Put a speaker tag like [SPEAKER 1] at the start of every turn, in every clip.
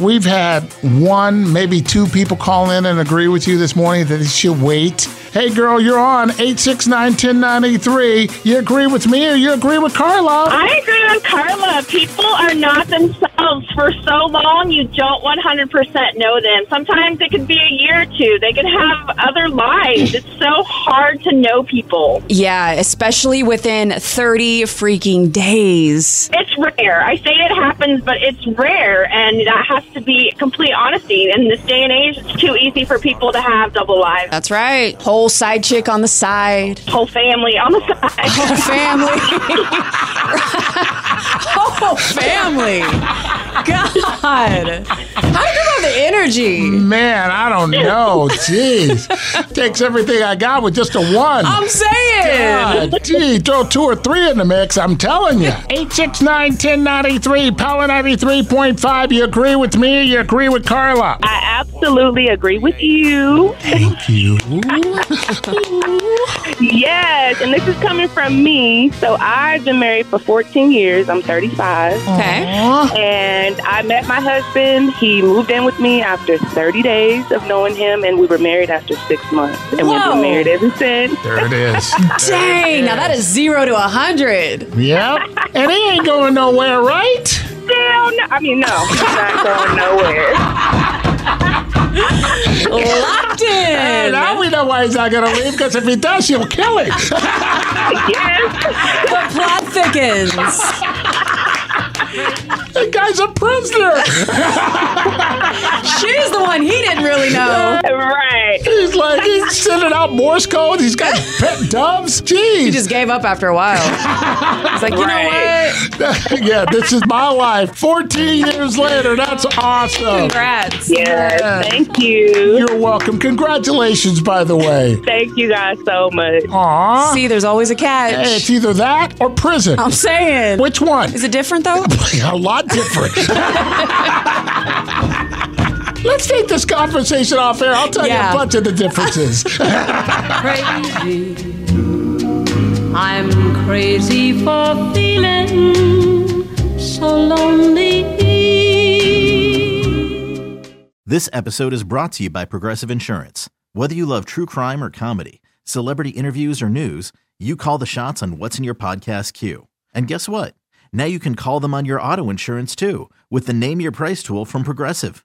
[SPEAKER 1] We've had one, maybe two people call in and agree with you this morning that it should wait. Hey, girl, you're on 869 1093. You agree with me or you agree with Carla?
[SPEAKER 2] I agree with Carla. People are not themselves for so long. You don't 100% know them. Sometimes it could be a year or two. They could have other lives. It's so hard to know people.
[SPEAKER 3] Yeah, especially within 30 freaking days.
[SPEAKER 2] It's rare. I say it happens, but it's rare, and that has to be complete honesty. In this day and age, it's too easy for people to have double lives.
[SPEAKER 3] That's right. Whole side chick on the side.
[SPEAKER 2] Whole family on the side.
[SPEAKER 3] Whole family. Whole family. God. How do you know the energy?
[SPEAKER 1] Man, I don't know. Jeez. Takes everything I got with just a one.
[SPEAKER 3] I'm saying.
[SPEAKER 1] Oh, God, gee, throw two or three in the mix, I'm telling you. 869 1093, Power 93.5. You agree with me or you agree with Carla?
[SPEAKER 2] I absolutely agree with you.
[SPEAKER 1] Thank you.
[SPEAKER 2] Yes, and this is coming from me. So I've been married for 14 years. I'm 35.
[SPEAKER 3] Okay.
[SPEAKER 1] Aw.
[SPEAKER 2] And I met my husband. He moved in with me after 30 days of knowing him, and we were married after six months. And we've
[SPEAKER 3] Whoa.
[SPEAKER 2] been married ever since.
[SPEAKER 1] There it is.
[SPEAKER 3] Dang, now that is zero to a 100.
[SPEAKER 1] yep. And he ain't going nowhere, right?
[SPEAKER 2] Still, no, I mean, no, he's not going nowhere.
[SPEAKER 3] Locked
[SPEAKER 1] And
[SPEAKER 3] in.
[SPEAKER 1] now we know why he's not going to leave because if he does, she'll kill him.
[SPEAKER 2] Yes.
[SPEAKER 3] The plot thickens.
[SPEAKER 1] that guy's a prisoner.
[SPEAKER 3] She's the one he didn't really know.
[SPEAKER 2] Right.
[SPEAKER 1] He's like, he's sending out Morse codes. He's got pet doves. Jeez.
[SPEAKER 3] He just gave up after a while. It's like, you
[SPEAKER 2] Right.
[SPEAKER 3] know what?
[SPEAKER 1] yeah, this is my life. 14 years later. That's awesome.
[SPEAKER 3] Congrats.
[SPEAKER 2] Yes.
[SPEAKER 1] Yeah.
[SPEAKER 2] Thank you.
[SPEAKER 1] You're welcome. Congratulations, by the way.
[SPEAKER 2] Thank you guys so much.
[SPEAKER 1] Aw.
[SPEAKER 3] See, there's always a
[SPEAKER 1] Hey,
[SPEAKER 3] catch.
[SPEAKER 1] it's either that or prison.
[SPEAKER 3] I'm saying.
[SPEAKER 1] Which one?
[SPEAKER 3] Oh. Is it different though?
[SPEAKER 1] a lot different. Let's take this conversation off air. I'll tell
[SPEAKER 3] Yeah.
[SPEAKER 1] you a bunch of the differences.
[SPEAKER 4] crazy. I'm crazy for feeling so lonely.
[SPEAKER 5] This episode is brought to you by Progressive Insurance. Whether you love true crime or comedy, celebrity interviews or news, you call the shots on what's in your podcast queue. And guess what? Now you can call them on your auto insurance too with the Name Your Price tool from Progressive.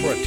[SPEAKER 6] Protect